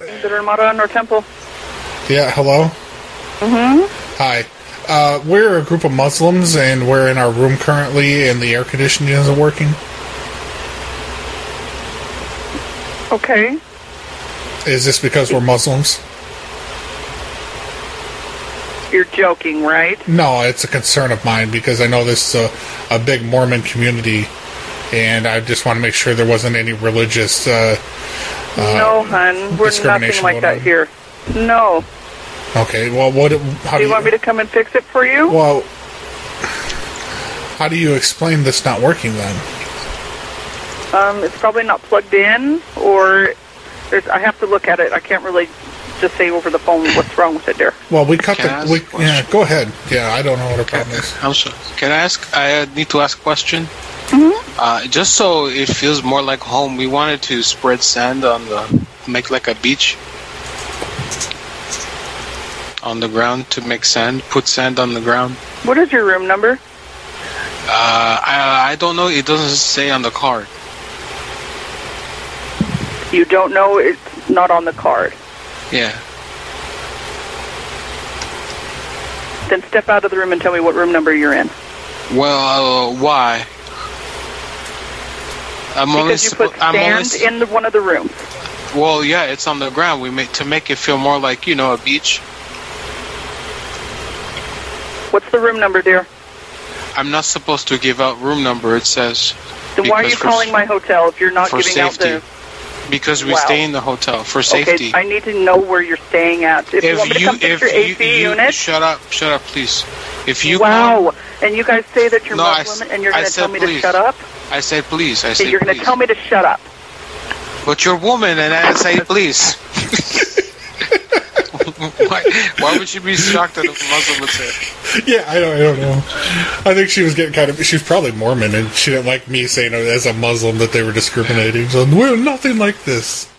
Is it Armada or Temple? Yeah, hello? Mm-hmm. Hi. Uh, we're a group of Muslims, and we're in our room currently, and the air conditioning isn't working. Okay. Is this because we're Muslims? You're joking, right? No, it's a concern of mine because I know this is a, a big Mormon community, and I just want to make sure there wasn't any religious. Uh, no, hun. We're nothing discrimination like going that on. here. No. okay, well, what? How Do you want me to come and fix it for you? Well, how do you explain this not working then? Um, it's probably not plugged in, or there's, I have to look at it. I can't really just say over the phone what's wrong with it, dear. Well, we cut Can I ask the. a We, question? yeah, go ahead. Yeah, I don't know what our problem is. I'm sorry. Can I ask? I uh, need to ask a question. Mm-hmm. Uh, just so it feels more like home, we wanted to spread sand on the make like a beach on the ground to make sand. Put sand on the ground. What is your room number? Uh, I, I don't know. It doesn't say on the card. You don't know. It's not on the card. Yeah. Then step out of the room and tell me what room number you're in. Well, uh, why? I'm only. Because you suppo- put I'm only. sand s- in the, one of the rooms. Well, yeah, it's on the ground. We make to make it feel more like you know a beach. What's the room number, dear? I'm not supposed to give out room number. It says. Then why are Because you for calling s- my hotel if you're not for giving safety. out Because we Wow. stay in the hotel for the? safety. Okay, I need to know where you're staying at. If, you want me to come fix your AC unit, shut up, shut up, please. If you wow. And you guys say that you're No, I Muslim s- and you're I going to tell said me to please. shut up. I said please. I That said you're going please. to tell me to shut up. But you're a woman, and I say please. why, why would you be shocked that a Muslim would say? Yeah, I don't, I don't know. I think she was getting kind of. She was probably Mormon, and she didn't like me saying as a Muslim that they were discriminating. So we're nothing like this.